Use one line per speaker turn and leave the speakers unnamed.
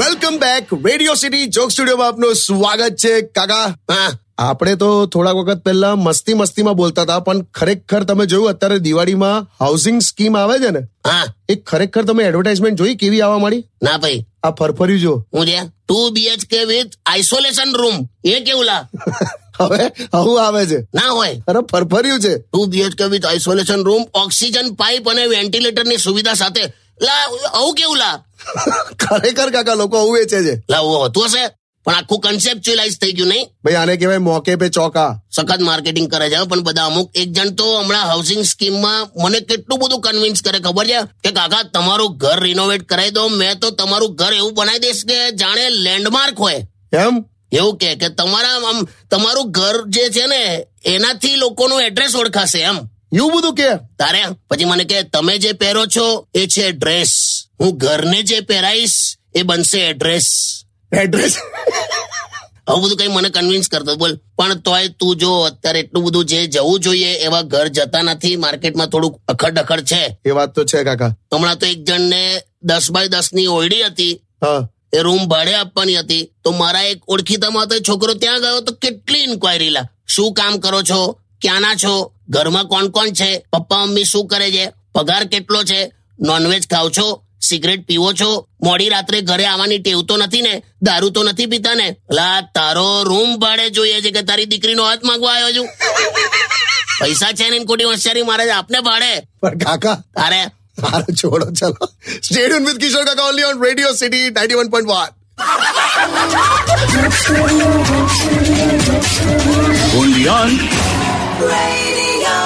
welcome back radio city joke સ્ટુડિયોમાં આપનું સ્વાગત છે કાકા હા આપણે તો થોડાક વખત પહેલા મસ્તી મસ્તીમાં બોલતા હતા પણ ખરેખર તમે જોયું અત્યારે દિવાળીમાં હાઉસિંગ સ્કીમ આવે છે ને
હા
એ ખરેખર તમે એડવર્ટાઇઝમેન્ટ જોઈ કેવી આવવા માંડી
ના ભાઈ
આ ફરફર્યું જો
હું જે two BHK with isolation room એ કેવું લા
હવે આવું આવે છે
ના હોય
અરે ફરફર્યું છે
two BHK with isolation room oxygen pipe અને વેન્ટિલેટરની સુવિધા સાથે લા આવું કેવું લા
ખરેખર કાકા લોકો આવું વેચે છે
લા આવું હતું હશે પણ આખું કન્સેપ્ચ્યુઅલાઇઝ થઈ ગયું નહીં
ભાઈ આને કહેવાય મોકે પે ચોકા
સખત માર્કેટિંગ કરે છે પણ બધા અમુક એક જણ તો હમણાં હાઉસિંગ સ્કીમમાં મને કેટલું બધું કન્વિન્સ કરે ખબર છે કે કાકા તમારું ઘર રિનોવેટ કરાવી દો મેં તો તમારું ઘર એવું બનાવી દઈશ કે જાણે લેન્ડમાર્ક હોય
એમ
એવું કે કે તમારા આમ તમારું ઘર જે છે ને એનાથી લોકોનું એડ્રેસ ઓળખાશે એમ
એવું બધું કે
તારે પછી મને કે તમે જે પહેરો છો એ છે ડ્રેસ હું ઘરને જે પહેરાઈશ એ બનશે એડ્રેસ
એડ્રેસ
આવું બધું કઈ મને કન્વિન્સ કરતો બોલ પણ તોય તું જો અત્યારે એટલું બધું જે જવું જોઈએ એવા ઘર જતા નથી માર્કેટમાં થોડુંક અખડ અખડ છે
એ વાત તો છે કાકા
હમણાં તો એક જણને દસ બાય દસ ની ઓયડી હતી
હા
એ રૂમ ભાડે આપવાની હતી તો મારા એક ઓળખીતામાં તો એ છોકરો ત્યાં ગયો તો કેટલી ઇન્ક્વાયરી લા શું કામ કરો છો ક્યાંના છો ઘરમાં કોણ કોણ છે પપ્પા મમ્મી શું કરે છે પગાર કેટલો છે નોનવેજ ખાવ છો સિગરેટ પીવો છો મોડી રાત્રે ઘરે આવવાની ટેવ તો નથી ને દારૂ તો નથી પીતા ને લા તારો રૂમ ભાડે જોઈએ છે કે તારી દીકરીનો હાથ માંગવા આવ્યો છું પૈસા છે ને ખોટી હોશિયારી મારે આપને ભાડે
પણ કાકા
તારે
હારું છોડો ચલો સ્ટેડિયમ વિથ કિશોર કાકા only on radio city ninety one point one
only on
Radio